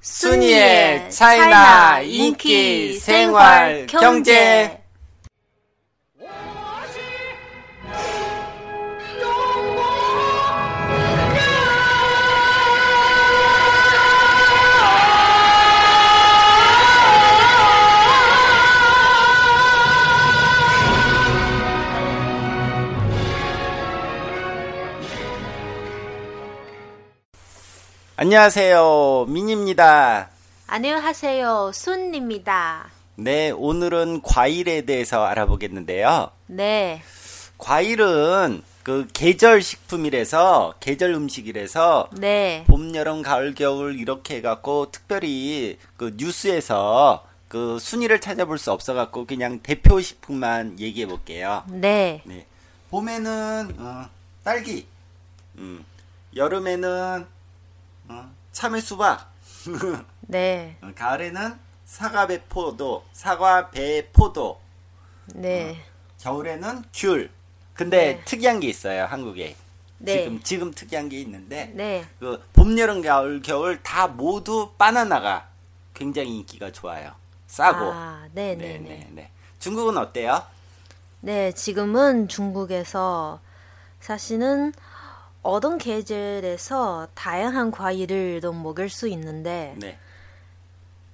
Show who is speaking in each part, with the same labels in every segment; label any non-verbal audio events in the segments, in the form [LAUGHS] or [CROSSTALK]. Speaker 1: 순이의 차이나 인기 생활 경제 안녕하세요 민입니다
Speaker 2: 안녕하세요. 순입니다.
Speaker 1: 네 오늘은 과일에 대해서 알아보겠는데요
Speaker 2: 네.
Speaker 1: 과일은 그 계절 식품이라서 계절 음식이라서
Speaker 2: 네.
Speaker 1: 봄, 여름, 가을, 겨울 이렇게 해갖고 특별히 그 뉴스에서 그 순위를 찾아볼 수 없어갖고 그냥 대표 식품만 얘기해 볼게요.
Speaker 2: 네.
Speaker 1: 네. 봄에는 어, 딸기, 음. 여름에는 어, 참외 수박,
Speaker 2: 네.
Speaker 1: 어, 가을에는 사과 배 포도, 사과 배 포도,
Speaker 2: 네.
Speaker 1: 겨울에는 귤. 근데
Speaker 2: 네.
Speaker 1: 특이한 게 있어요 한국에.
Speaker 2: 네.
Speaker 1: 아, 지금 지금 특이한 게 있는데
Speaker 2: 네.
Speaker 1: 그 봄, 여름, 가을, 겨울 다 모두 바나나가 굉장히 인기가 좋아요. 싸고.
Speaker 2: 아, 네, 네, 네.
Speaker 1: 네, 네. 중국은 어때요?
Speaker 2: 네, 지금은 중국에서 사실은 어떤 계절에서 다양한 과일을 또 먹을 수 있는데
Speaker 1: 네.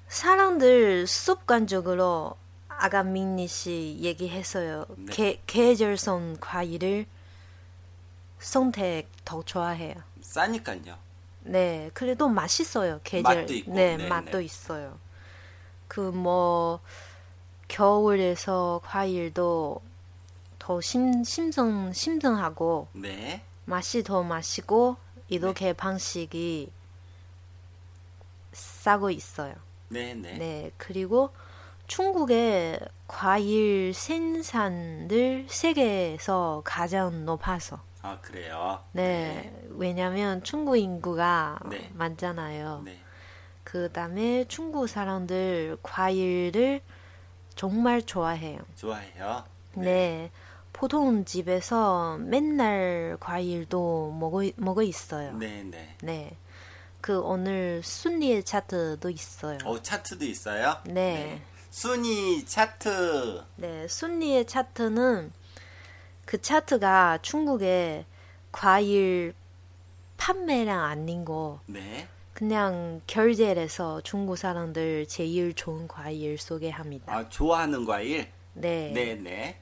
Speaker 2: 사람들 습관적으로 아까 민니 씨 얘기했어요.
Speaker 1: 네.
Speaker 2: 계, 계절성 과일을 선택 더 좋아해요.
Speaker 1: 싸니까요.
Speaker 2: 네, 그래도 맛있어요. 계절.
Speaker 1: 맛도 있고,
Speaker 2: 네,
Speaker 1: 네,
Speaker 2: 맛도
Speaker 1: 네.
Speaker 2: 있어요. 그 뭐 겨울에서 과일도 더 심, 심성 심성하고
Speaker 1: 네.
Speaker 2: 맛이 더 맛있고 이렇게 방식이 싸고 있어요.
Speaker 1: 네, 네.
Speaker 2: 네, 그리고 중국의 과일 생산들 세계에서 가장 높아서.
Speaker 1: 아, 그래요.
Speaker 2: 네, 왜냐면 중국 인구가
Speaker 1: 네.
Speaker 2: 많잖아요.
Speaker 1: 네.
Speaker 2: 그 다음에 중국 사람들 과일을 정말 좋아해요.
Speaker 1: 좋아해요.
Speaker 2: 네. 보통 집에서 맨날 과일도 먹어, 먹어 있어요.
Speaker 1: 네, 네.
Speaker 2: 네. 그 오늘 순리의 차트도 있어요.
Speaker 1: 어, 차트도 있어요?
Speaker 2: 네.
Speaker 1: 순위 차트.
Speaker 2: 네. 순리의 차트는 그 차트가 중국의 과일 판매량 아닌 거
Speaker 1: 네.
Speaker 2: 그냥 결제해서 중국 사람들 제일 좋은 과일 소개합니다.
Speaker 1: 아, 좋아하는 과일.
Speaker 2: 네.
Speaker 1: 네, 네.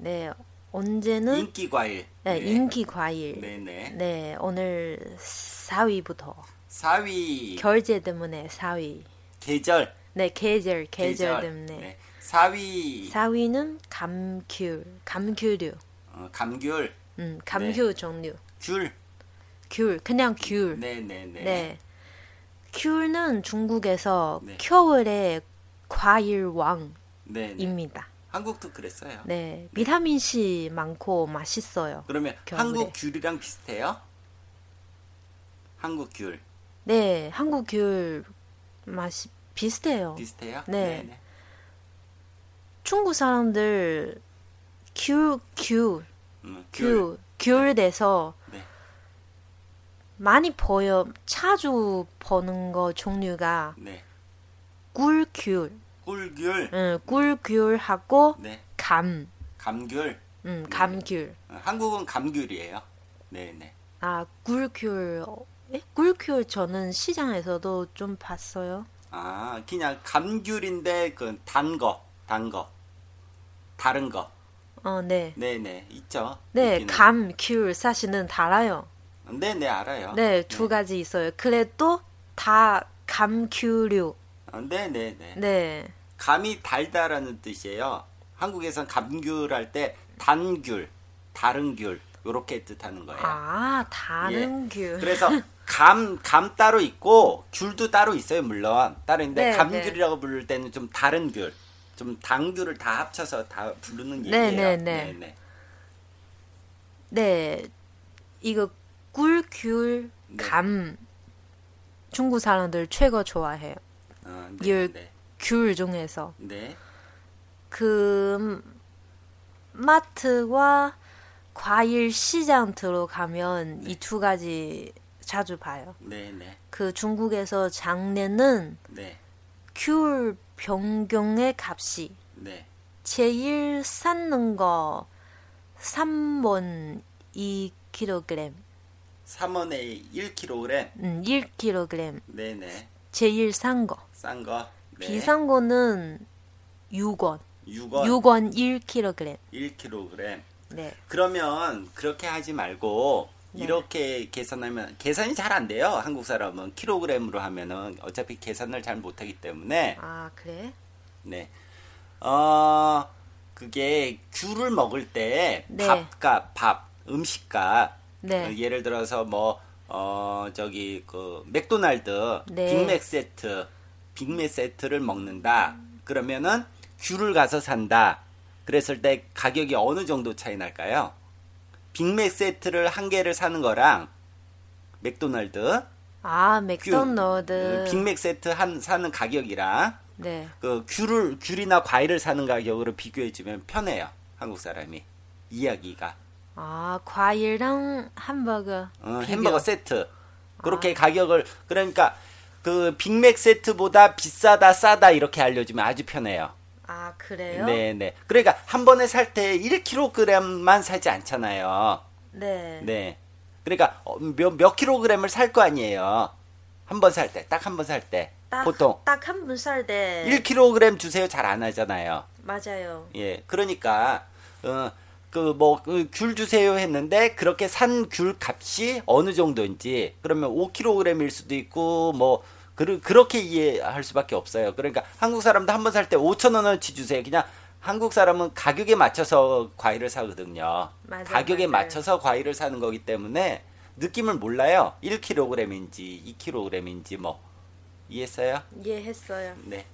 Speaker 2: 네, 언제는
Speaker 1: 인기 과일.
Speaker 2: 네, 인기 과일.
Speaker 1: 네, 네.
Speaker 2: 네, 오늘 4위부터
Speaker 1: 4위
Speaker 2: 결제 때문에 4위.
Speaker 1: 계절. 네.
Speaker 2: 네, 계절, 계절 네. 때문에.
Speaker 1: 4위
Speaker 2: 4위는 감귤, 감귤류.
Speaker 1: 어, 감귤
Speaker 2: 음, 감귤 종류.
Speaker 1: 귤
Speaker 2: 귤, 그냥 귤.
Speaker 1: 네네네
Speaker 2: 네. 귤은 중국에서
Speaker 1: 네.
Speaker 2: 겨울의 과일 왕입니다.
Speaker 1: 네네. 한국도 그랬어요
Speaker 2: 네, 비타민 C 많고 맛있어요.
Speaker 1: 그러면
Speaker 2: 겨울에.
Speaker 1: 한국 귤이랑 비슷해요? 한국 귤
Speaker 2: 네, 한국 귤 맛이 비슷해요.
Speaker 1: 비슷해요?
Speaker 2: 네.
Speaker 1: 네네.
Speaker 2: 중국 사람들 귤, 귤,
Speaker 1: 음, 귤.
Speaker 2: 귤, 귤 돼서
Speaker 1: 네.
Speaker 2: 많이 보여, 자주 보는 거 종류가
Speaker 1: 네
Speaker 2: 꿀귤,
Speaker 1: 꿀귤
Speaker 2: 응, 꿀귤하고
Speaker 1: 네
Speaker 2: 감,
Speaker 1: 감귤
Speaker 2: 응, 감귤.
Speaker 1: 어, 한국은 감귤이에요 네네
Speaker 2: 아, 꿀귤. 에? 꿀귤 저는 시장에서도 좀 봤어요.
Speaker 1: 아 그냥 감귤인데 그 그단거단거 다른 거
Speaker 2: 어, 네.
Speaker 1: 네네 있죠
Speaker 2: 네,
Speaker 1: 있기는.
Speaker 2: 감, 귤 사실은 달아요.
Speaker 1: 네네 알아요
Speaker 2: 네, 두 가지 있어요. 그래도 다 감귤류.
Speaker 1: 아, 네네네
Speaker 2: 네,
Speaker 1: 감이 달다라는 뜻이에요. 한국에선 감귤 할 때 단귤, 다른 귤 요렇게 뜻하는 거예요.
Speaker 2: 아, 다른 귤.
Speaker 1: 예. 그래서 감, 감 따로 있고 귤도 따로 있어요 물론 따로 있는데
Speaker 2: 네,
Speaker 1: 감귤이라고 부를 때는 좀 다른 귤, 좀 당귤을 다 합쳐서 다 부르는
Speaker 2: 네,
Speaker 1: 얘기예요.
Speaker 2: 네, 네. 네, 이거 꿀, 귤,
Speaker 1: 네.
Speaker 2: 감. 중국 사람들 최고 좋아해요.
Speaker 1: 어,
Speaker 2: 귤,
Speaker 1: 네,
Speaker 2: 귤 중에서
Speaker 1: 네,
Speaker 2: 그 마트와 과일 시장 들어가면 이 두 가지 자주 봐요.
Speaker 1: 네, 네,
Speaker 2: 그 중국에서 장례는
Speaker 1: 네,
Speaker 2: 귤 변경의 값이
Speaker 1: 네,
Speaker 2: 제일 싼 거 3번 2kg,
Speaker 1: 3원에 1kg,
Speaker 2: 음, 1kg
Speaker 1: 네, 네,
Speaker 2: 제일 싼 거.
Speaker 1: 싼 거, 네.
Speaker 2: 비싼 거는 6원,
Speaker 1: 6원,
Speaker 2: 6원 1kg.
Speaker 1: 1kg.
Speaker 2: 네.
Speaker 1: 그러면 그렇게 하지 말고
Speaker 2: 네.
Speaker 1: 이렇게 계산하면 계산이 잘 안 돼요. 한국 사람은 킬로그램으로 하면은 어차피 계산을 잘 못하기 때문에
Speaker 2: 아 그래?
Speaker 1: 네. 어 그게 귤을 먹을 때
Speaker 2: 네.
Speaker 1: 밥값, 밥 음식값
Speaker 2: 네.
Speaker 1: 어, 예를 들어서 뭐 어 저기 그 맥도날드
Speaker 2: 네.
Speaker 1: 빅맥 세트 빅맥 세트를 먹는다. 그러면은 귤을 가서 산다. 그랬을 때 가격이 어느 정도 차이 날까요? 빅맥 세트를 한 개를 사는 거랑 맥도날드
Speaker 2: 아
Speaker 1: 귤, 네,
Speaker 2: 맥도날드.
Speaker 1: 빅맥 세트 한 사는 가격이랑
Speaker 2: 네.
Speaker 1: 그 귤을 귤이나 과일을 사는 가격으로 비교해 주면 편해요. 한국 사람이 이야기가
Speaker 2: 아 과일랑 햄버거. 비벼.
Speaker 1: 어, 햄버거 세트
Speaker 2: 아.
Speaker 1: 그렇게 가격을 그러니까 그 빅맥 세트보다 비싸다 싸다 이렇게 알려주면 아주 편해요.
Speaker 2: 아 그래요?
Speaker 1: 네, 네. 그러니까 한 번에 살 때 1kg만 사지 않잖아요.
Speaker 2: 네.
Speaker 1: 네. 그러니까 어, 몇, 몇 킬로그램을 살 거 아니에요. 한 번 살 때, 딱 한 번 살 때.
Speaker 2: 딱, 네.
Speaker 1: 보통
Speaker 2: 딱한 분 살 때.
Speaker 1: 1kg 주세요 잘 안 하잖아요.
Speaker 2: 맞아요.
Speaker 1: 예, 그러니까 어그뭐귤 주세요 했는데 그렇게 산 귤 값이 어느 정도인지 그러면 5kg일 수도 있고 뭐 그, 그렇게 이해할 수밖에 없어요. 그러니까 한국 사람도 한 번 살 때 5천 원어치 주세요. 그냥 한국 사람은 가격에 맞춰서 과일을 사거든요.
Speaker 2: 맞아요,
Speaker 1: 가격에
Speaker 2: 맞아요.
Speaker 1: 맞춰서 과일을 사는 거기 때문에 느낌을 몰라요. 1kg인지 2kg인지 뭐 이해했어요?
Speaker 2: 이해했어요.
Speaker 1: 네.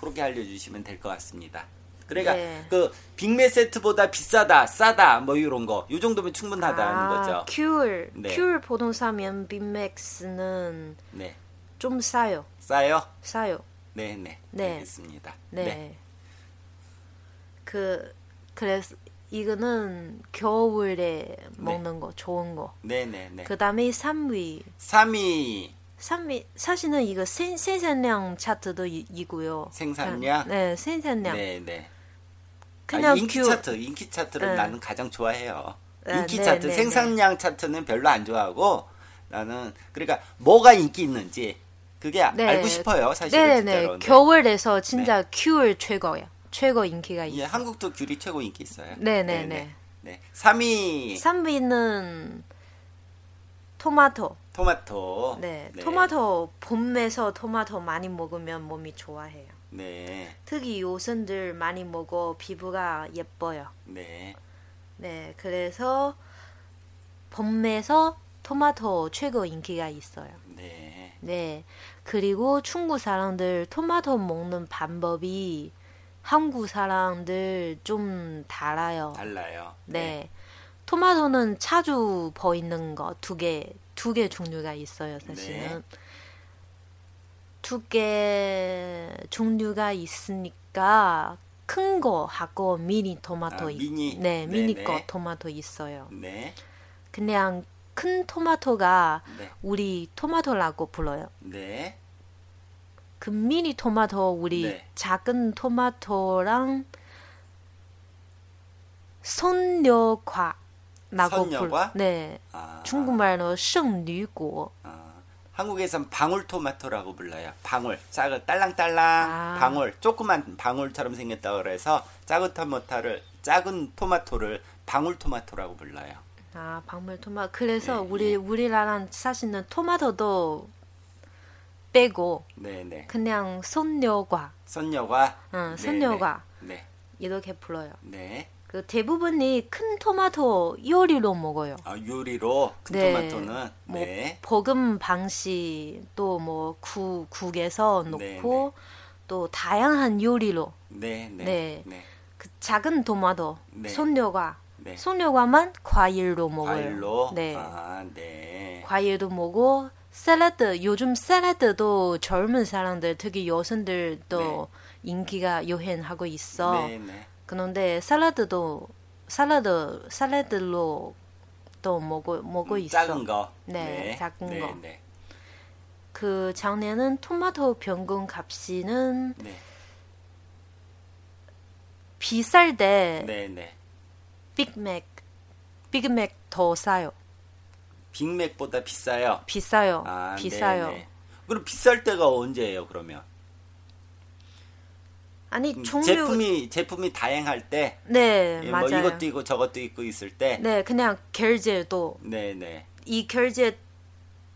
Speaker 1: 그렇게 알려주시면 될 것 같습니다. 그러니까
Speaker 2: 네.
Speaker 1: 그 빅맥 세트보다 비싸다, 싸다 뭐 이런 거, 요 정도면 충분하다는
Speaker 2: 아,
Speaker 1: 거죠.
Speaker 2: 귤.
Speaker 1: 네.
Speaker 2: 귤 보통 사면 빅맥스는
Speaker 1: 네,
Speaker 2: 좀 싸요.
Speaker 1: 싸요.
Speaker 2: 싸요.
Speaker 1: 네, 네,
Speaker 2: 네.
Speaker 1: 알겠습니다.
Speaker 2: 네. 그 그래서 이거는 겨울에 먹는 거 좋은 거.
Speaker 1: 네, 네, 네.
Speaker 2: 그다음에 삼위.
Speaker 1: 삼이
Speaker 2: 삼위 사실은 이거 생, 생산량 차트도 이, 이고요.
Speaker 1: 생산량?
Speaker 2: 네, 생산량.
Speaker 1: 네, 네.
Speaker 2: 그냥
Speaker 1: 아, 인기
Speaker 2: 귤.
Speaker 1: 차트, 인기 차트를
Speaker 2: 네.
Speaker 1: 나는 가장 좋아해요.
Speaker 2: 아,
Speaker 1: 인기
Speaker 2: 네,
Speaker 1: 차트,
Speaker 2: 네,
Speaker 1: 생산량 차트는 별로 안 좋아하고 나는 그러니까 뭐가 인기 있는지 그게
Speaker 2: 네.
Speaker 1: 알고 싶어요, 사실은
Speaker 2: 네, 네.
Speaker 1: 진짜로. 네.
Speaker 2: 겨울에서 진짜 귤 최고예요. 최고 인기가
Speaker 1: 예,
Speaker 2: 있어요.
Speaker 1: 한국도 귤이 최고 인기 있어요.
Speaker 2: 네, 네,
Speaker 1: 네.
Speaker 2: 네.
Speaker 1: 네. 3위
Speaker 2: 삼위는 토마토.
Speaker 1: 토마토.
Speaker 2: 네, 토마토 봄에서 토마토 많이 먹으면 몸이 좋아해요.
Speaker 1: 네.
Speaker 2: 특히 요즘들 많이 먹어 피부가 예뻐요.
Speaker 1: 네.
Speaker 2: 네, 그래서 봄에서 토마토 최고 인기가 있어요.
Speaker 1: 네.
Speaker 2: 네, 그리고 중국 사람들 토마토 먹는 방법이 한국 사람들 좀 달라요.
Speaker 1: 달라요.
Speaker 2: 네, 토마토는 자주 보이는 거 두 개, 두 개 종류가 있어요,
Speaker 1: 네.
Speaker 2: 사실은. 두 개 종류가 있으니까 큰 거 하고 미니 토마토
Speaker 1: 아,
Speaker 2: 있-
Speaker 1: 미니.
Speaker 2: 네,
Speaker 1: 네,
Speaker 2: 미니
Speaker 1: 네.
Speaker 2: 거 토마토 있어요.
Speaker 1: 네.
Speaker 2: 그냥 큰 토마토가
Speaker 1: 네.
Speaker 2: 우리 토마토라고 불러요.
Speaker 1: 네.
Speaker 2: 그 미니 토마토 우리
Speaker 1: 네.
Speaker 2: 작은 토마토랑 손녀과라고 불.
Speaker 1: 손녀과?
Speaker 2: 네.
Speaker 1: 아.
Speaker 2: 중국말로圣女果.
Speaker 1: 아, 한국에선 방울토마토라고 불러요. 방울. 작은 딸랑딸랑
Speaker 2: 아.
Speaker 1: 방울. 조그만 방울처럼 생겼다 그래서 작은 토마토를 작은 토마토를 방울토마토라고 불러요.
Speaker 2: 아, 방울 토마. 그래서
Speaker 1: 네,
Speaker 2: 우리
Speaker 1: 네.
Speaker 2: 우리나라 사실은 토마토도 빼고
Speaker 1: 네, 네.
Speaker 2: 그냥 손녀과.
Speaker 1: 선녀가
Speaker 2: 응,
Speaker 1: 네,
Speaker 2: 어, 선녀가.
Speaker 1: 네.
Speaker 2: 이렇게 불러요.
Speaker 1: 네. 네.
Speaker 2: 그 대부분이 큰 토마토 요리로 먹어요.
Speaker 1: 아, 요리로 큰
Speaker 2: 네.
Speaker 1: 토마토는
Speaker 2: 뭐
Speaker 1: 네.
Speaker 2: 볶음 방식 또 뭐 국에서 넣고
Speaker 1: 네,
Speaker 2: 또 다양한 요리로
Speaker 1: 네, 네.
Speaker 2: 네.
Speaker 1: 네.
Speaker 2: 그 작은 토마토,
Speaker 1: 네.
Speaker 2: 손녀과,
Speaker 1: 네.
Speaker 2: 손녀과만 과일로 먹어요.
Speaker 1: 과일로
Speaker 2: 네,
Speaker 1: 아, 네.
Speaker 2: 과일도 먹고 샐러드 요즘 샐러드도 젊은 사람들 특히 여성들도 인기가 유행하고 있어.
Speaker 1: 네, 네.
Speaker 2: 그런데 샐러드도 샐러드 샐러드로 또 먹고 먹고
Speaker 1: 음,
Speaker 2: 있어.
Speaker 1: 작은 거.
Speaker 2: 네, 작은
Speaker 1: 네,
Speaker 2: 거.
Speaker 1: 네.
Speaker 2: 그 작년에는 토마토 평균 값이는
Speaker 1: 네.
Speaker 2: 비쌀 때
Speaker 1: 네, 네.
Speaker 2: 빅맥 빅맥 더 싸요.
Speaker 1: 빅맥보다 비싸요.
Speaker 2: 비싸요.
Speaker 1: 아,
Speaker 2: 비싸요.
Speaker 1: 네, 네. 그럼 비쌀 때가 언제예요, 그러면?
Speaker 2: 아니
Speaker 1: 음,
Speaker 2: 종류
Speaker 1: 제품이 제품이 다양할 때
Speaker 2: 네,
Speaker 1: 예, 뭐
Speaker 2: 맞아요.
Speaker 1: 이것도 있고 저것도 있고 있을 때
Speaker 2: 네, 그냥 결제도
Speaker 1: 네, 네.
Speaker 2: 이 결제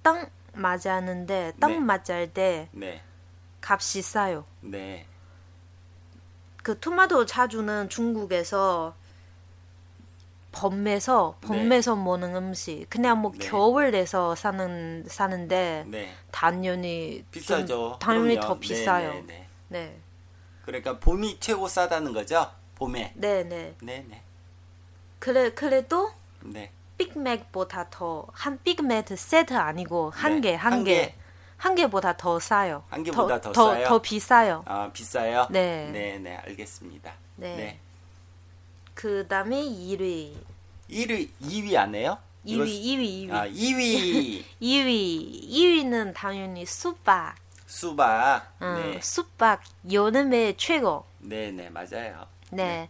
Speaker 2: 딱 맞았는데 딱
Speaker 1: 네.
Speaker 2: 맞을 때
Speaker 1: 네.
Speaker 2: 값이 싸요.
Speaker 1: 네.
Speaker 2: 그 토마토 자주는 중국에서 범매서 범매서 먹는 음식 그냥 뭐
Speaker 1: 네.
Speaker 2: 겨울에서 사는 사는데
Speaker 1: 네.
Speaker 2: 당연히 좀-
Speaker 1: 비싸죠.
Speaker 2: 당연히
Speaker 1: 그럼요.
Speaker 2: 더 비싸요. 네,
Speaker 1: 네, 네, 네.
Speaker 2: 네,
Speaker 1: 그러니까 봄이 최고 싸다는 거죠? 봄에.
Speaker 2: 네.
Speaker 1: 네, 네.
Speaker 2: 그래 그래도
Speaker 1: 네.
Speaker 2: 빅맥보다 더 한 빅맥 세트 아니고
Speaker 1: 네,
Speaker 2: 한 개 한개
Speaker 1: 한 개.
Speaker 2: 한 개보다 더 싸요.
Speaker 1: 한 개보다 더 싸요?
Speaker 2: 더 비싸요.
Speaker 1: 아, 비싸요?
Speaker 2: 네.
Speaker 1: 네, 네. 알겠습니다.
Speaker 2: 네.
Speaker 1: 네.
Speaker 2: 그다음에 1위,
Speaker 1: 1위, 2위 안 해요?
Speaker 2: 2위,
Speaker 1: 이거-
Speaker 2: 이 2위, 2위,
Speaker 1: 아,
Speaker 2: [LAUGHS]
Speaker 1: 2위.
Speaker 2: 2위, 2위는 당연히 수박.
Speaker 1: 수박.
Speaker 2: 음,
Speaker 1: 네.
Speaker 2: 수박 여름에 최고.
Speaker 1: 네, 네. 맞아요.
Speaker 2: 네.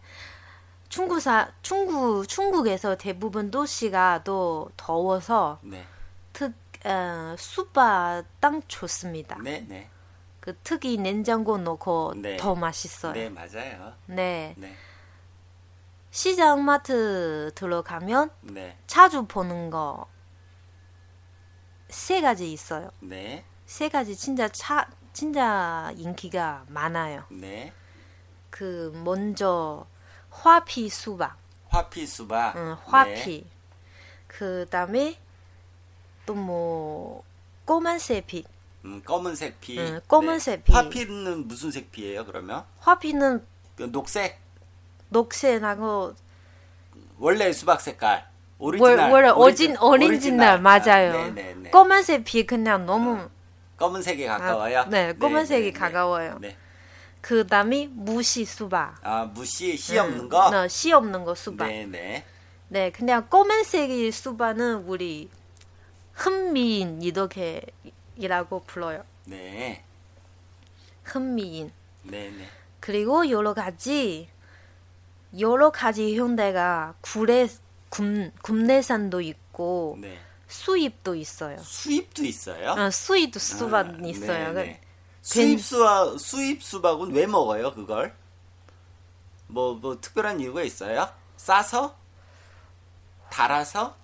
Speaker 2: 중국사 중국 중국에서 대부분 도시가 또 더워서
Speaker 1: 네.
Speaker 2: 특 어, 수박 땅 좋습니다.
Speaker 1: 네, 네.
Speaker 2: 그 특이 냉장고 넣고
Speaker 1: 네.
Speaker 2: 더 맛있어요.
Speaker 1: 네, 맞아요.
Speaker 2: 네.
Speaker 1: 네.
Speaker 2: 시장 마트 들어가면
Speaker 1: 네.
Speaker 2: 자주 보는 거 세 가지 있어요.
Speaker 1: 네.
Speaker 2: 세 가지 진짜 차 진짜 인기가 많아요.
Speaker 1: 네.
Speaker 2: 그 먼저 화피 수박,
Speaker 1: 화피 수박.
Speaker 2: 응,
Speaker 1: 네.
Speaker 2: 음, 화피. 그 다음에 또 뭐 꼬만색 피.
Speaker 1: 음, 검은색 피. 네.
Speaker 2: 음, 검은색 피.
Speaker 1: 화피는 무슨 색 피예요, 그러면?
Speaker 2: 화피는
Speaker 1: 그 녹색?
Speaker 2: 녹색하고
Speaker 1: 원래 수박 색깔.
Speaker 2: 월,
Speaker 1: 오리지널.
Speaker 2: 원래 어진
Speaker 1: 오리지-
Speaker 2: 어린지날
Speaker 1: 오리지널. 아,
Speaker 2: 맞아요.
Speaker 1: 네네네. 어.
Speaker 2: 검은색 피 그냥 너무
Speaker 1: 검은색에 가까워요?
Speaker 2: 아, 네, 검은색이
Speaker 1: 네, 네, 네.
Speaker 2: 가까워요.
Speaker 1: 네.
Speaker 2: 그 다음에 무시 수박.
Speaker 1: 아, 무시, 씨 없는 거?
Speaker 2: 네, 씨 없는 거 수박. 네.
Speaker 1: 네, 네.
Speaker 2: 그냥 검은색이 수박은 우리 흠미인 이렇게 이라고 불러요.
Speaker 1: 네.
Speaker 2: 흠미인.
Speaker 1: 네, 네.
Speaker 2: 그리고 여러 가지 여러 가지 형태가 구례 군 국내산도 있고
Speaker 1: 네.
Speaker 2: 수입도 있어요.
Speaker 1: 수입도 있어요?
Speaker 2: 어, 수입도 수박
Speaker 1: 아,
Speaker 2: 있어요. 그 그러니까
Speaker 1: 네, 네.
Speaker 2: 괜-
Speaker 1: 수입 수박 수입 수박은 왜 먹어요 그걸? 뭐 뭐 특별한 이유가 있어요? 싸서? 달아서?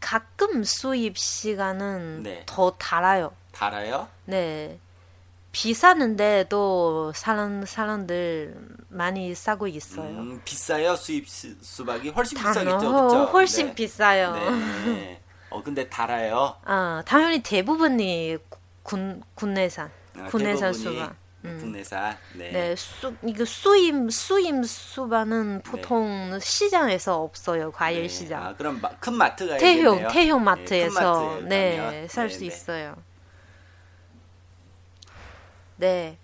Speaker 2: 가끔 수입 시간은
Speaker 1: 네.
Speaker 2: 더 달아요.
Speaker 1: 달아요?
Speaker 2: 네. 비싸는데도 사람, 사람들 많이 싸고 있어요.
Speaker 1: 음, 비싸요 수입 수- 수박이 훨씬
Speaker 2: 당연,
Speaker 1: 비싸겠죠 그렇죠?
Speaker 2: 훨씬
Speaker 1: 네.
Speaker 2: 비싸요.
Speaker 1: 네. 어 근데 달아요.
Speaker 2: 아, 당연히 대부분이 군, 국내산,
Speaker 1: 아,
Speaker 2: 국내산
Speaker 1: 대부분이
Speaker 2: 수박.
Speaker 1: 국내산. 네.
Speaker 2: 음. 네, 수, 이거 수입, 수입 수박은 보통 시장에서 없어요. 과일
Speaker 1: 네.
Speaker 2: 시장.
Speaker 1: 아, 그럼 마- 큰 마트 가야
Speaker 2: 태형,
Speaker 1: 되네요.
Speaker 2: 태형
Speaker 1: 네,
Speaker 2: 마트에서
Speaker 1: 큰 마트에
Speaker 2: 네,
Speaker 1: 가면.
Speaker 2: 살 수
Speaker 1: 네, 네.
Speaker 2: 있어요. 네.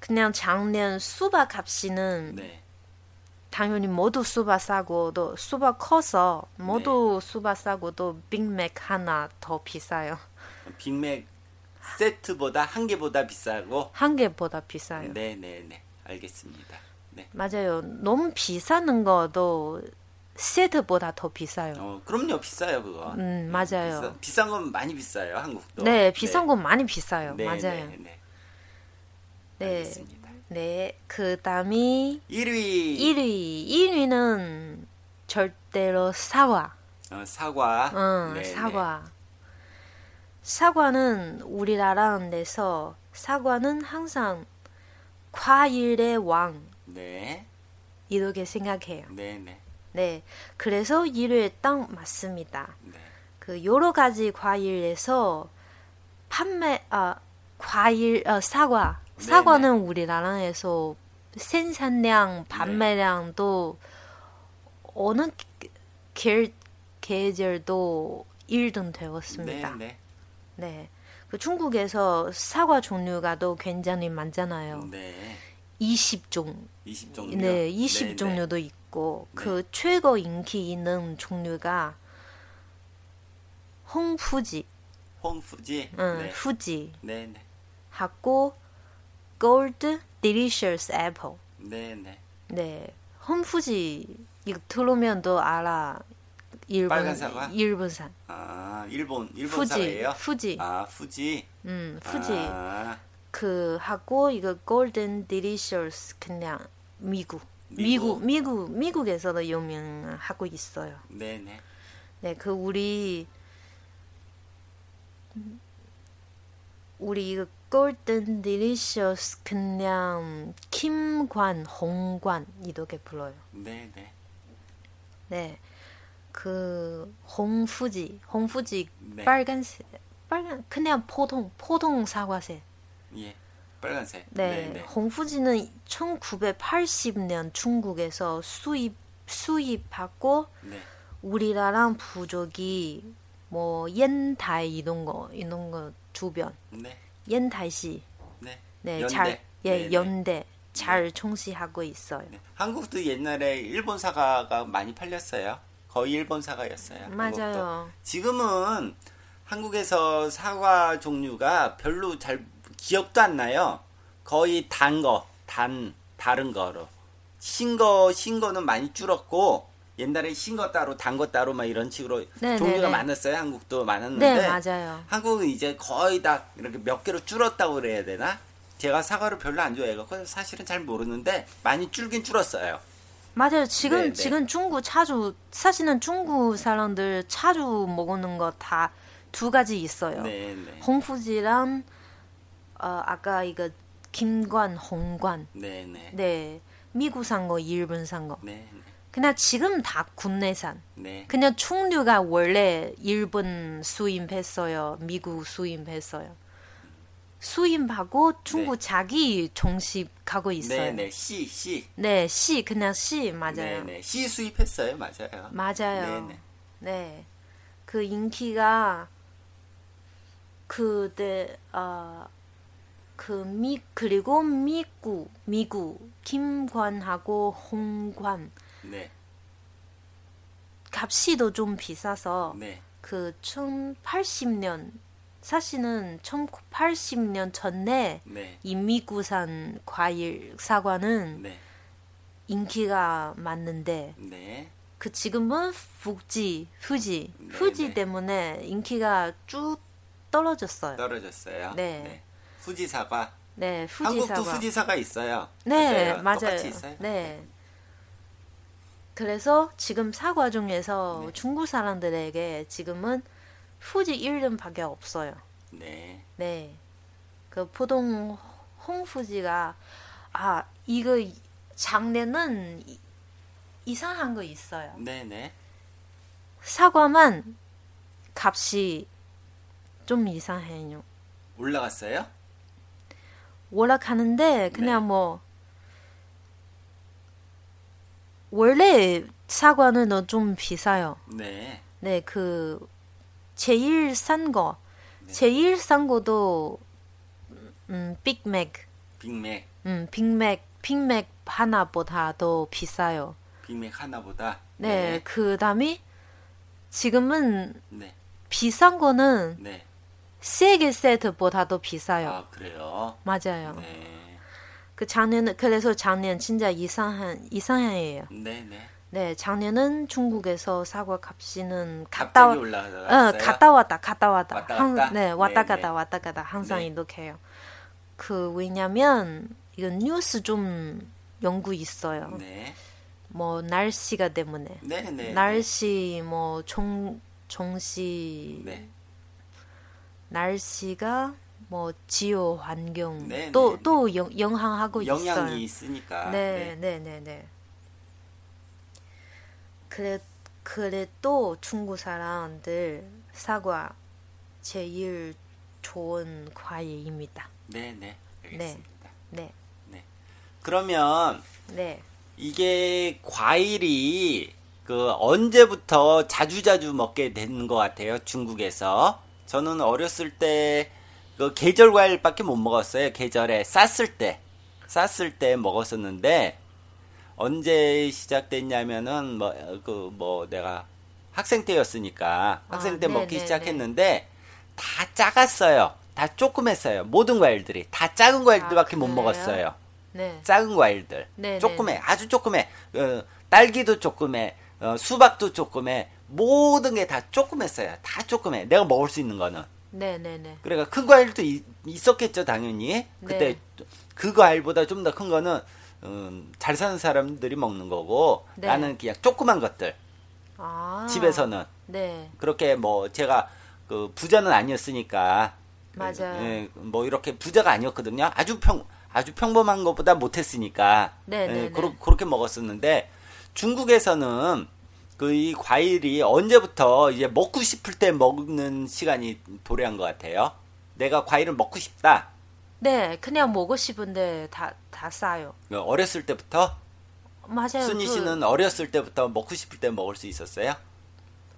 Speaker 2: 그냥 작년 수박 값이는
Speaker 1: 네.
Speaker 2: 당연히 모두 수박 싸고 또 수박 커서 모두
Speaker 1: 네.
Speaker 2: 수박 싸고 또 빅맥 하나 더 비싸요. [LAUGHS]
Speaker 1: 빅맥 세트보다 한 개보다 비싸고
Speaker 2: 한 개보다 비싸요.
Speaker 1: 네네네 알겠습니다. 네.
Speaker 2: 맞아요. 너무 비싼 거도 세트보다 더 비싸요.
Speaker 1: 어 그럼요 비싸요 그거.
Speaker 2: 음, 맞아요.
Speaker 1: 비싸, 비싼 건 많이 비싸요 한국도.
Speaker 2: 네, 비싼 건 많이 비싸요.
Speaker 1: 네,
Speaker 2: 맞아요.
Speaker 1: 네, 네.
Speaker 2: 네.
Speaker 1: 알겠습니다.
Speaker 2: 네, 그다음이
Speaker 1: 1위
Speaker 2: 1위, 1위는 절대로 사과.
Speaker 1: 어, 사과.
Speaker 2: 응,
Speaker 1: 네, 네.
Speaker 2: 사과. 사과는 우리나라 내서 사과는 항상 과일의 왕,
Speaker 1: 네.
Speaker 2: 이렇게 생각해요.
Speaker 1: 네네.
Speaker 2: 네, 그래서 일을 딱 맞습니다.
Speaker 1: 네.
Speaker 2: 그 여러 가지 과일에서 판매 아 과일 어, 사과
Speaker 1: 네네.
Speaker 2: 사과는 우리나라에서 생산량 판매량도 어느 게- 계, 계절도 1등 되었습니다.
Speaker 1: 네네.
Speaker 2: 네. 그 중국에서 사과 종류가 또 굉장히 많잖아요.
Speaker 1: 네.
Speaker 2: 20종.
Speaker 1: 20 종류.
Speaker 2: 네, 20 종류도 있고 그 최고 인기 있는 종류가 홍푸지,
Speaker 1: 홍푸지.
Speaker 2: 응,
Speaker 1: 네.
Speaker 2: 후지
Speaker 1: 네네.
Speaker 2: 하고 골드 디리셔스 애플.
Speaker 1: 네네.
Speaker 2: 네, 홍푸지 이거 들으면 또 알아. 일본
Speaker 1: 빨간 사과?
Speaker 2: 일본산.
Speaker 1: 아 일본 일본
Speaker 2: 후지,
Speaker 1: 사람이에요?
Speaker 2: 후지.
Speaker 1: 아 후지.
Speaker 2: 음, 후지.
Speaker 1: 아,
Speaker 2: 그 하고 이거 골든 디리셔스 그냥 미국. 미국,
Speaker 1: 미국.
Speaker 2: 미국, 미국에서도 유명하고 있어요.
Speaker 1: 네네.
Speaker 2: 네, 그 우리 우리 이거 골든 디리셔스 그냥 김관, 홍관 이렇게 불러요.
Speaker 1: 네네.
Speaker 2: 네, 그 홍푸지, 홍푸지
Speaker 1: 네.
Speaker 2: 빨간색, 빨간 그냥 포동, 포동 사과색.
Speaker 1: 예. 빨간색.
Speaker 2: 네, 홍푸지는 1980년 중국에서 수입 수입하고
Speaker 1: 네.
Speaker 2: 우리나라랑 부족이 뭐 옌타이 이런 거 이런 거 주변
Speaker 1: 네.
Speaker 2: 옌타이시
Speaker 1: 네.
Speaker 2: 네,
Speaker 1: 연대.
Speaker 2: 잘, 예,
Speaker 1: 네네.
Speaker 2: 연대 잘 총시하고 있어요.
Speaker 1: 네. 한국도 옛날에 일본 사과가 많이 팔렸어요. 거의 일본 사과였어요. 한국도.
Speaker 2: 맞아요.
Speaker 1: 지금은 한국에서 사과 종류가 별로 잘 기억도 안 나요. 거의 단 거, 단 다른 거로 신 거, 신 거는 많이 줄었고 옛날에 신 거 따로, 단 거 따로 막 이런 식으로
Speaker 2: 네, 네,
Speaker 1: 종류가
Speaker 2: 네.
Speaker 1: 많았어요. 한국도 많았는데
Speaker 2: 네, 맞아요.
Speaker 1: 한국은 이제 거의 다 이렇게 몇 개로 줄었다고 그래야 되나? 제가 사과를 별로 안 좋아해서 사실은 잘 모르는데 많이 줄긴 줄었어요.
Speaker 2: 맞아요. 지금
Speaker 1: 네네.
Speaker 2: 지금 중국 자주 사실은 중국 사람들 자주 먹는 거 다 두 가지 있어요.
Speaker 1: 네, 네,
Speaker 2: 그렇죠. 홍푸지랑 어, 아까 이거 김관, 홍관.
Speaker 1: 네, 네,
Speaker 2: 네. 미국산 거, 일본산 거.
Speaker 1: 네,
Speaker 2: 그냥 지금 다 국내산.
Speaker 1: 네,
Speaker 2: 그냥 충류가 원래 일본 수입했어요. 미국 수입했어요. 수입하고 중국 자기 정식하고
Speaker 1: 네,
Speaker 2: 있어요.
Speaker 1: 네, 씨, 씨.
Speaker 2: 네, 씨 그냥 씨 맞아요.
Speaker 1: 네네. C 수입했어요. 맞아요.
Speaker 2: 맞아요.
Speaker 1: 네네.
Speaker 2: 네. 그 인기가 그때 어, 아그미 그리고 미국 미국 김관하고 홍관
Speaker 1: 네.
Speaker 2: 값이도 좀 비싸서
Speaker 1: 네.
Speaker 2: 그 1080년 사실은 1980년 전에
Speaker 1: 네.
Speaker 2: 이 미국산 과일 사과는
Speaker 1: 네.
Speaker 2: 인기가 많은데
Speaker 1: 네.
Speaker 2: 그 지금은 후지 후지
Speaker 1: 네,
Speaker 2: 후지
Speaker 1: 네.
Speaker 2: 때문에 인기가 쭉 떨어졌어요.
Speaker 1: 떨어졌어요.
Speaker 2: 네.
Speaker 1: 후지 사과.
Speaker 2: 네, 후지
Speaker 1: 한국도
Speaker 2: 사과.
Speaker 1: 후지 사과 있어요.
Speaker 2: 네, 맞아요.
Speaker 1: 똑같이 있어요.
Speaker 2: 네. 그래서 지금 사과 중에서
Speaker 1: 네.
Speaker 2: 중국 사람들에게 지금은 후지 이름밖에 없어요.
Speaker 1: 네.
Speaker 2: 네. 그 포동 홍후지가 아 이거 장례는 이- 이상한 거 있어요.
Speaker 1: 네, 네.
Speaker 2: 사과만 값이 좀 이상해요.
Speaker 1: 올라갔어요?
Speaker 2: 올라가는데 그냥
Speaker 1: 네.
Speaker 2: 뭐 원래 사과는 너좀 비싸요.
Speaker 1: 네.
Speaker 2: 네, 그 제일 싼 거,
Speaker 1: 네.
Speaker 2: 제일 싼 거도 음 빅맥
Speaker 1: 빅맥.
Speaker 2: 음, 빅맥, 빅맥 하나보다 더 비싸요.
Speaker 1: 빅맥 하나보다.
Speaker 2: 네, 그 다음에 지금은
Speaker 1: 네.
Speaker 2: 비싼 거는
Speaker 1: 네.
Speaker 2: 세개 세트보다 더 비싸요.
Speaker 1: 아, 그래요.
Speaker 2: 맞아요.
Speaker 1: 네.
Speaker 2: 그 작년은, 그래서 작년 진짜 이상한, 이상해요.
Speaker 1: 네, 네.
Speaker 2: 네, 작년은 중국에서 사과 값이는 갔다,
Speaker 1: 갑자기
Speaker 2: 와,
Speaker 1: 올라갔어요.
Speaker 2: 응, 갔다 왔다, 갔다 왔다.
Speaker 1: 왔다
Speaker 2: 항-
Speaker 1: 갔다?
Speaker 2: 네, 왔다
Speaker 1: 네,
Speaker 2: 갔다,
Speaker 1: 네.
Speaker 2: 왔다 갔다. 항상
Speaker 1: 네.
Speaker 2: 이렇게 해요. 그, 왜냐면, 이건 뉴스 좀 연구 있어요.
Speaker 1: 네.
Speaker 2: 뭐 날씨가 때문에
Speaker 1: 네, 네, 네.
Speaker 2: 날씨 뭐종 종시
Speaker 1: 네.
Speaker 2: 날씨가 뭐 지오 환경
Speaker 1: 네, 네,
Speaker 2: 또 또 영향하고
Speaker 1: 영향이
Speaker 2: 있어요.
Speaker 1: 있으니까.
Speaker 2: 네, 네, 네, 네. 그래 그래도 중국 사람들 사과 제일 좋은 과일입니다.
Speaker 1: 네, 네. 알겠습니다.
Speaker 2: 네,
Speaker 1: 그러면
Speaker 2: 네.
Speaker 1: 이게 과일이 그 언제부터 자주자주 먹게 되는 것 같아요, 중국에서. 저는 어렸을 때 그 계절 과일밖에 못 먹었어요. 계절에 쌌을 때. 쌌을 때 먹었었는데 언제 시작됐냐면은 뭐 그 뭐 내가 학생 때였으니까 학생
Speaker 2: 아,
Speaker 1: 때
Speaker 2: 네,
Speaker 1: 먹기
Speaker 2: 네,
Speaker 1: 시작했는데 다 작았어요. 다 조그맸어요. 모든 과일들이 다 작은 과일들밖에 못
Speaker 2: 아, 그래요?
Speaker 1: 먹었어요.
Speaker 2: 네.
Speaker 1: 작은 과일들.
Speaker 2: 네,
Speaker 1: 조금해. 아주 조금해. 어, 딸기도 조금해. 어, 수박도 조금해. 모든 게 다 조금했어요. 다 조금해. 내가 먹을 수 있는 거는.
Speaker 2: 네, 네, 네.
Speaker 1: 그러니까 큰 과일도 이- 있었겠죠, 당연히. 그때 그 과일보다 좀 더 큰 거는 음, 잘 사는 사람들이 먹는 거고
Speaker 2: 네.
Speaker 1: 나는 그냥 조그만 것들.
Speaker 2: 아.
Speaker 1: 집에서는
Speaker 2: 네.
Speaker 1: 그렇게 뭐 제가 그 부자는 아니었으니까
Speaker 2: 맞아요.
Speaker 1: 예, 뭐 이렇게 부자가 아니었거든요. 아주 평 아주 평범한 것보다 못했으니까 예,
Speaker 2: 네, 네, 네.
Speaker 1: 그러, 그렇게 먹었었는데 중국에서는 그 이 과일이 언제부터 이제 먹고 싶을 때 먹는 시간이 도래한 것 같아요. 내가 과일을 먹고 싶다.
Speaker 2: 네, 그냥 먹고 싶은데 다 다 싸요.
Speaker 1: 그 어렸을 때부터
Speaker 2: 맞아요.
Speaker 1: 순이
Speaker 2: 그
Speaker 1: 씨는 어렸을 때부터 먹고 싶을 때 먹을 수 있었어요.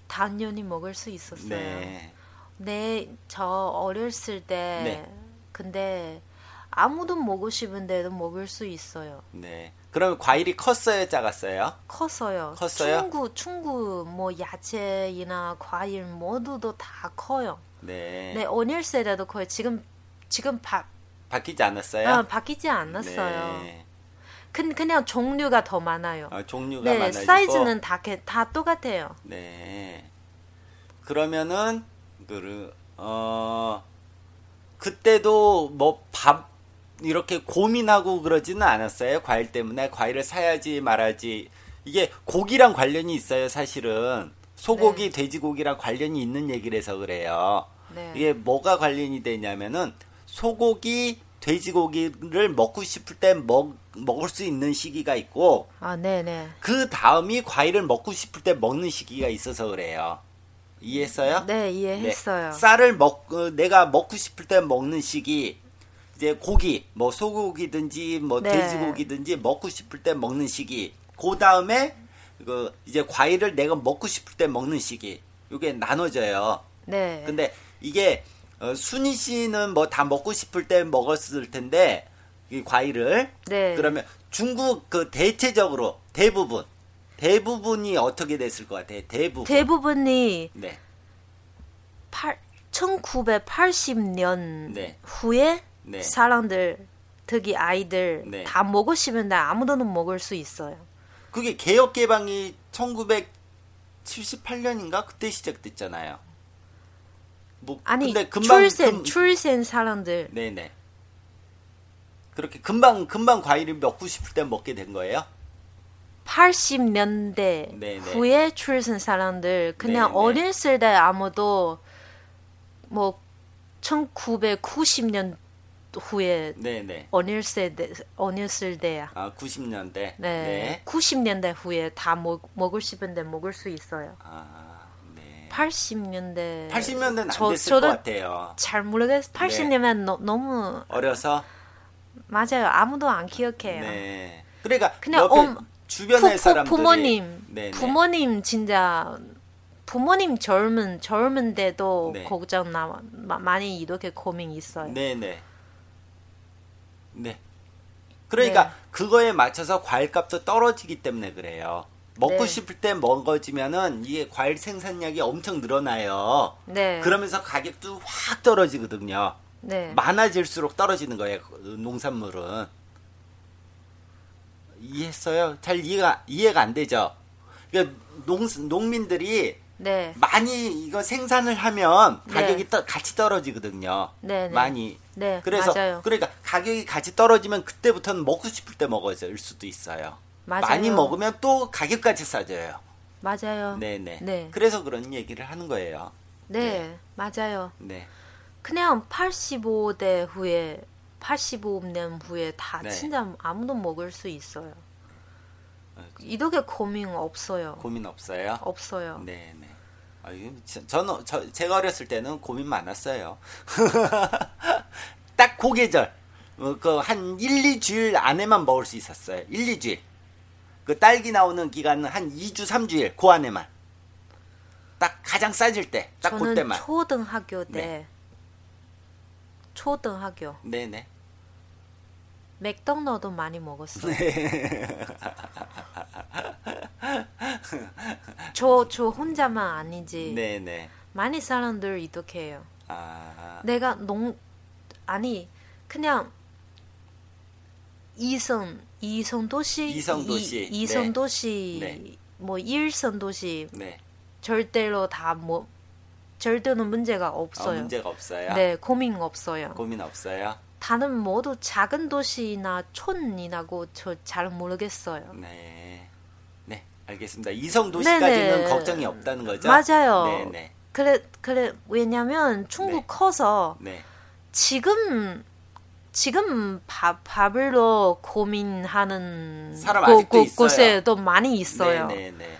Speaker 2: 당연히 먹을 수 있었어요.
Speaker 1: 네.
Speaker 2: 네, 저 어렸을 때
Speaker 1: 네.
Speaker 2: 근데 아무도 먹고 싶은데도 먹을 수 있어요.
Speaker 1: 네. 그러면 과일이 컸어요, 작았어요?
Speaker 2: 컸어요.
Speaker 1: 컸어요?
Speaker 2: 충구, 충구, 뭐 야채이나 과일 모두도 다 커요.
Speaker 1: 네.
Speaker 2: 네, 어렸을 때도 커요. 지금 지금 바,
Speaker 1: 바뀌지 않았어요?
Speaker 2: 어, 바뀌지 않았어요.
Speaker 1: 네.
Speaker 2: 근 그냥 종류가 더 많아요.
Speaker 1: 아, 종류가
Speaker 2: 네,
Speaker 1: 많아지고.
Speaker 2: 사이즈는 다, 개- 다 똑같아요.
Speaker 1: 네. 그러면은 그 어. 그때도 뭐 밥 이렇게 고민하고 그러지는 않았어요. 과일 때문에 과일을 사야지 말아야지. 이게 고기랑 관련이 있어요, 사실은. 소고기, 돼지고기랑 관련이 있는 얘기를 해서 그래요.
Speaker 2: 네.
Speaker 1: 이게 뭐가 관련이 되냐면은 소고기, 돼지고기를 먹고 싶을 때 먹, 먹을 수 있는 시기가 있고
Speaker 2: 아, 네, 네.
Speaker 1: 그 다음이 과일을 먹고 싶을 때 먹는 시기가 있어서 그래요. 이해했어요?
Speaker 2: 네, 이해했어요.
Speaker 1: 쌀을 먹 어, 내가 먹고 싶을 때 먹는 시기 이제 고기 뭐 소고기든지 뭐
Speaker 2: 네.
Speaker 1: 돼지고기든지 먹고 싶을 때 먹는 시기 그 다음에 그 이제 과일을 내가 먹고 싶을 때 먹는 시기 이게 나눠져요.
Speaker 2: 네.
Speaker 1: 근데 이게 어, 순희 씨는 뭐 다 먹고 싶을 때 먹었을 텐데 이 과일을
Speaker 2: 네.
Speaker 1: 그러면 중국 그 대체적으로 대부분 대부분이 어떻게 됐을 것 같아요? 대부분
Speaker 2: 대부분이
Speaker 1: 네.
Speaker 2: 8, 1980년
Speaker 1: 네.
Speaker 2: 후에
Speaker 1: 네.
Speaker 2: 사람들, 특히 아이들
Speaker 1: 네.
Speaker 2: 다 먹고 싶은데 아무도는 먹을 수 있어요.
Speaker 1: 그게 개혁 개방이 1978년인가 그때 시작됐잖아요. 뭐
Speaker 2: 아니
Speaker 1: 근데 금방
Speaker 2: 출생
Speaker 1: 금-
Speaker 2: 출생 사람들
Speaker 1: 네네 그렇게 금방 금방 과일을 먹고 싶을 때 먹게 된 거예요?
Speaker 2: 80년대
Speaker 1: 네, 네.
Speaker 2: 후에 출생 사람들 그냥
Speaker 1: 네, 네.
Speaker 2: 어렸을 때 아무도 뭐 1990년 후에
Speaker 1: 네네
Speaker 2: 어렸을 때 어렸을 때야.
Speaker 1: 아 90년대
Speaker 2: 네. 90년대 후에 다 먹, 먹을 싶은데 먹을 수 있어요.
Speaker 1: 아, 네.
Speaker 2: 80년대
Speaker 1: 80년대는 안
Speaker 2: 네. 저-
Speaker 1: 됐을
Speaker 2: 저도
Speaker 1: 것 같아요. 네.
Speaker 2: 잘 모르겠어요. 80년대면 너무
Speaker 1: 어려서.
Speaker 2: 맞아요. 아무도 안 기억해요.
Speaker 1: 네. 그러니까
Speaker 2: 그냥
Speaker 1: 옆에
Speaker 2: 엄-
Speaker 1: 주변의
Speaker 2: 부- 부-
Speaker 1: 사람들이
Speaker 2: 부모님
Speaker 1: 네, 네.
Speaker 2: 부모님 진짜 부모님 젊은 젊은데도
Speaker 1: 네.
Speaker 2: 걱정 나 마- 많이 이렇게 고민 있어요.
Speaker 1: 네, 네. 네. 그러니까
Speaker 2: 네.
Speaker 1: 그거에 맞춰서 과일값도 떨어지기 때문에 그래요. 먹고
Speaker 2: 네.
Speaker 1: 싶을 때 먹어지면은 이게 과일 생산량이 엄청 늘어나요.
Speaker 2: 네.
Speaker 1: 그러면서 가격도 확 떨어지거든요.
Speaker 2: 네.
Speaker 1: 많아질수록 떨어지는 거예요. 그 농산물은 이해했어요? 잘 이해가 이해가 안 되죠. 그러니까 농 농민들이
Speaker 2: 네.
Speaker 1: 많이 이거 생산을 하면
Speaker 2: 네.
Speaker 1: 가격이 떠- 같이 떨어지거든요.
Speaker 2: 네, 네.
Speaker 1: 많이.
Speaker 2: 네,
Speaker 1: 그래서
Speaker 2: 맞아요.
Speaker 1: 그러니까 가격이 같이 떨어지면 그때부터는 먹고 싶을 때 먹어질 수도 있어요.
Speaker 2: 맞아요.
Speaker 1: 많이 먹으면 또 가격까지 싸져요.
Speaker 2: 맞아요.
Speaker 1: 네, 네.
Speaker 2: 네.
Speaker 1: 그래서 그런 얘기를 하는 거예요.
Speaker 2: 네, 맞아요.
Speaker 1: 네.
Speaker 2: 그냥 85대 후에 85년 후에 다
Speaker 1: 네.
Speaker 2: 진짜 아무도 먹을 수 있어요. 이독에 고민 없어요.
Speaker 1: 그 고민 없어요?
Speaker 2: 없어요.
Speaker 1: 네, 네. 아유, 저- 저는 저, 제가 어렸을 때는 고민 많았어요. [LAUGHS] 딱 고계절. 뭐, 그한 1, 2주일 안에만 먹을 수 있었어요. 1, 2주일. 그 딸기 나오는 기간은 한 2주, 3주일 그 안에만. 딱 가장 싸질 때, 딱
Speaker 2: 저는
Speaker 1: 그때만.
Speaker 2: 초등학교 때
Speaker 1: 네.
Speaker 2: 초등학교
Speaker 1: 네, 네.
Speaker 2: 맥도날드 많이 먹었어요.
Speaker 1: 네.
Speaker 2: 저, 저 혼자만 아니지.
Speaker 1: 네, 네.
Speaker 2: 많이 사람들 이렇게 해요.
Speaker 1: 아.
Speaker 2: 내가 농 아니 그냥 이성 이성도시
Speaker 1: 이성도시.
Speaker 2: 이, 성도시
Speaker 1: 네.
Speaker 2: 뭐 일성도시
Speaker 1: 네.
Speaker 2: 절대로 다 뭐 절대로 문제가
Speaker 1: 아,
Speaker 2: 없어요.
Speaker 1: 문제가 없어요.
Speaker 2: 네 고민 없어요.
Speaker 1: 고민 없어요.
Speaker 2: 다른 모두 작은 도시나 촌이라고 저 잘 모르겠어요.
Speaker 1: 네. 네, 알겠습니다. 이성 도시까지는
Speaker 2: 네네.
Speaker 1: 걱정이 없다는 거죠?
Speaker 2: 맞아요.
Speaker 1: 네, 네.
Speaker 2: 그래 그래 왜냐면 중국
Speaker 1: 네.
Speaker 2: 커서
Speaker 1: 네.
Speaker 2: 지금 지금 밥 밥으로 고민하는
Speaker 1: 사람
Speaker 2: 곳-
Speaker 1: 아직도
Speaker 2: 곳-
Speaker 1: 있어요.
Speaker 2: 곳에도 많이 있어요.
Speaker 1: 네, 네, 네.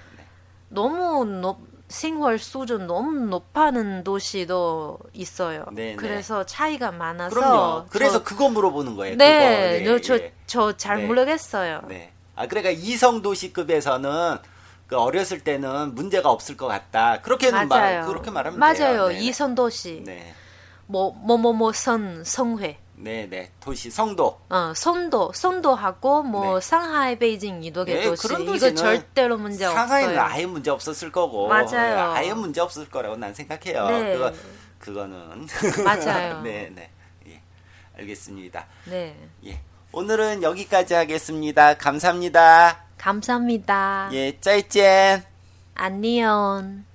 Speaker 2: 너무 높 생활 수준 너무 높아는 도시도 있어요.
Speaker 1: 네, 네.
Speaker 2: 그래서 차이가 많아서
Speaker 1: 그럼요. 그래서
Speaker 2: 저-
Speaker 1: 그거 물어보는 거예요.
Speaker 2: 네,
Speaker 1: 그거. 네, 예.
Speaker 2: 저저잘
Speaker 1: 네.
Speaker 2: 모르겠어요.
Speaker 1: 네. 아, 그러니까 이성 도시급에서는 그 어렸을 때는 문제가 없을 것 같다. 그렇게는 말
Speaker 2: 맞아요.
Speaker 1: 그렇게 말하면 돼요.
Speaker 2: 맞아요.
Speaker 1: 네, 네.
Speaker 2: 이선 도시
Speaker 1: 네.
Speaker 2: 뭐 뭐 뭐 뭐선 성회
Speaker 1: 네, 네. 도시 성도.
Speaker 2: 어, 선도, 선도하고 뭐
Speaker 1: 네.
Speaker 2: 상하이, 베이징 이도계
Speaker 1: 네,
Speaker 2: 도시
Speaker 1: 그런
Speaker 2: 이거
Speaker 1: 도시는
Speaker 2: 절대로 문제
Speaker 1: 상하이는
Speaker 2: 없어요.
Speaker 1: 아예 문제 없었을 거고. 네,
Speaker 2: 맞아요.
Speaker 1: 아예 문제 없을 거라고 난 생각해요.
Speaker 2: 네.
Speaker 1: 그거 그거는
Speaker 2: 맞아요.
Speaker 1: [LAUGHS] 네, 네. 예. 알겠습니다.
Speaker 2: 네,
Speaker 1: 예. 오늘은 여기까지 하겠습니다. 감사합니다.
Speaker 2: 아. 감사합니다.
Speaker 1: 예, 짜이짠.
Speaker 2: 안녕.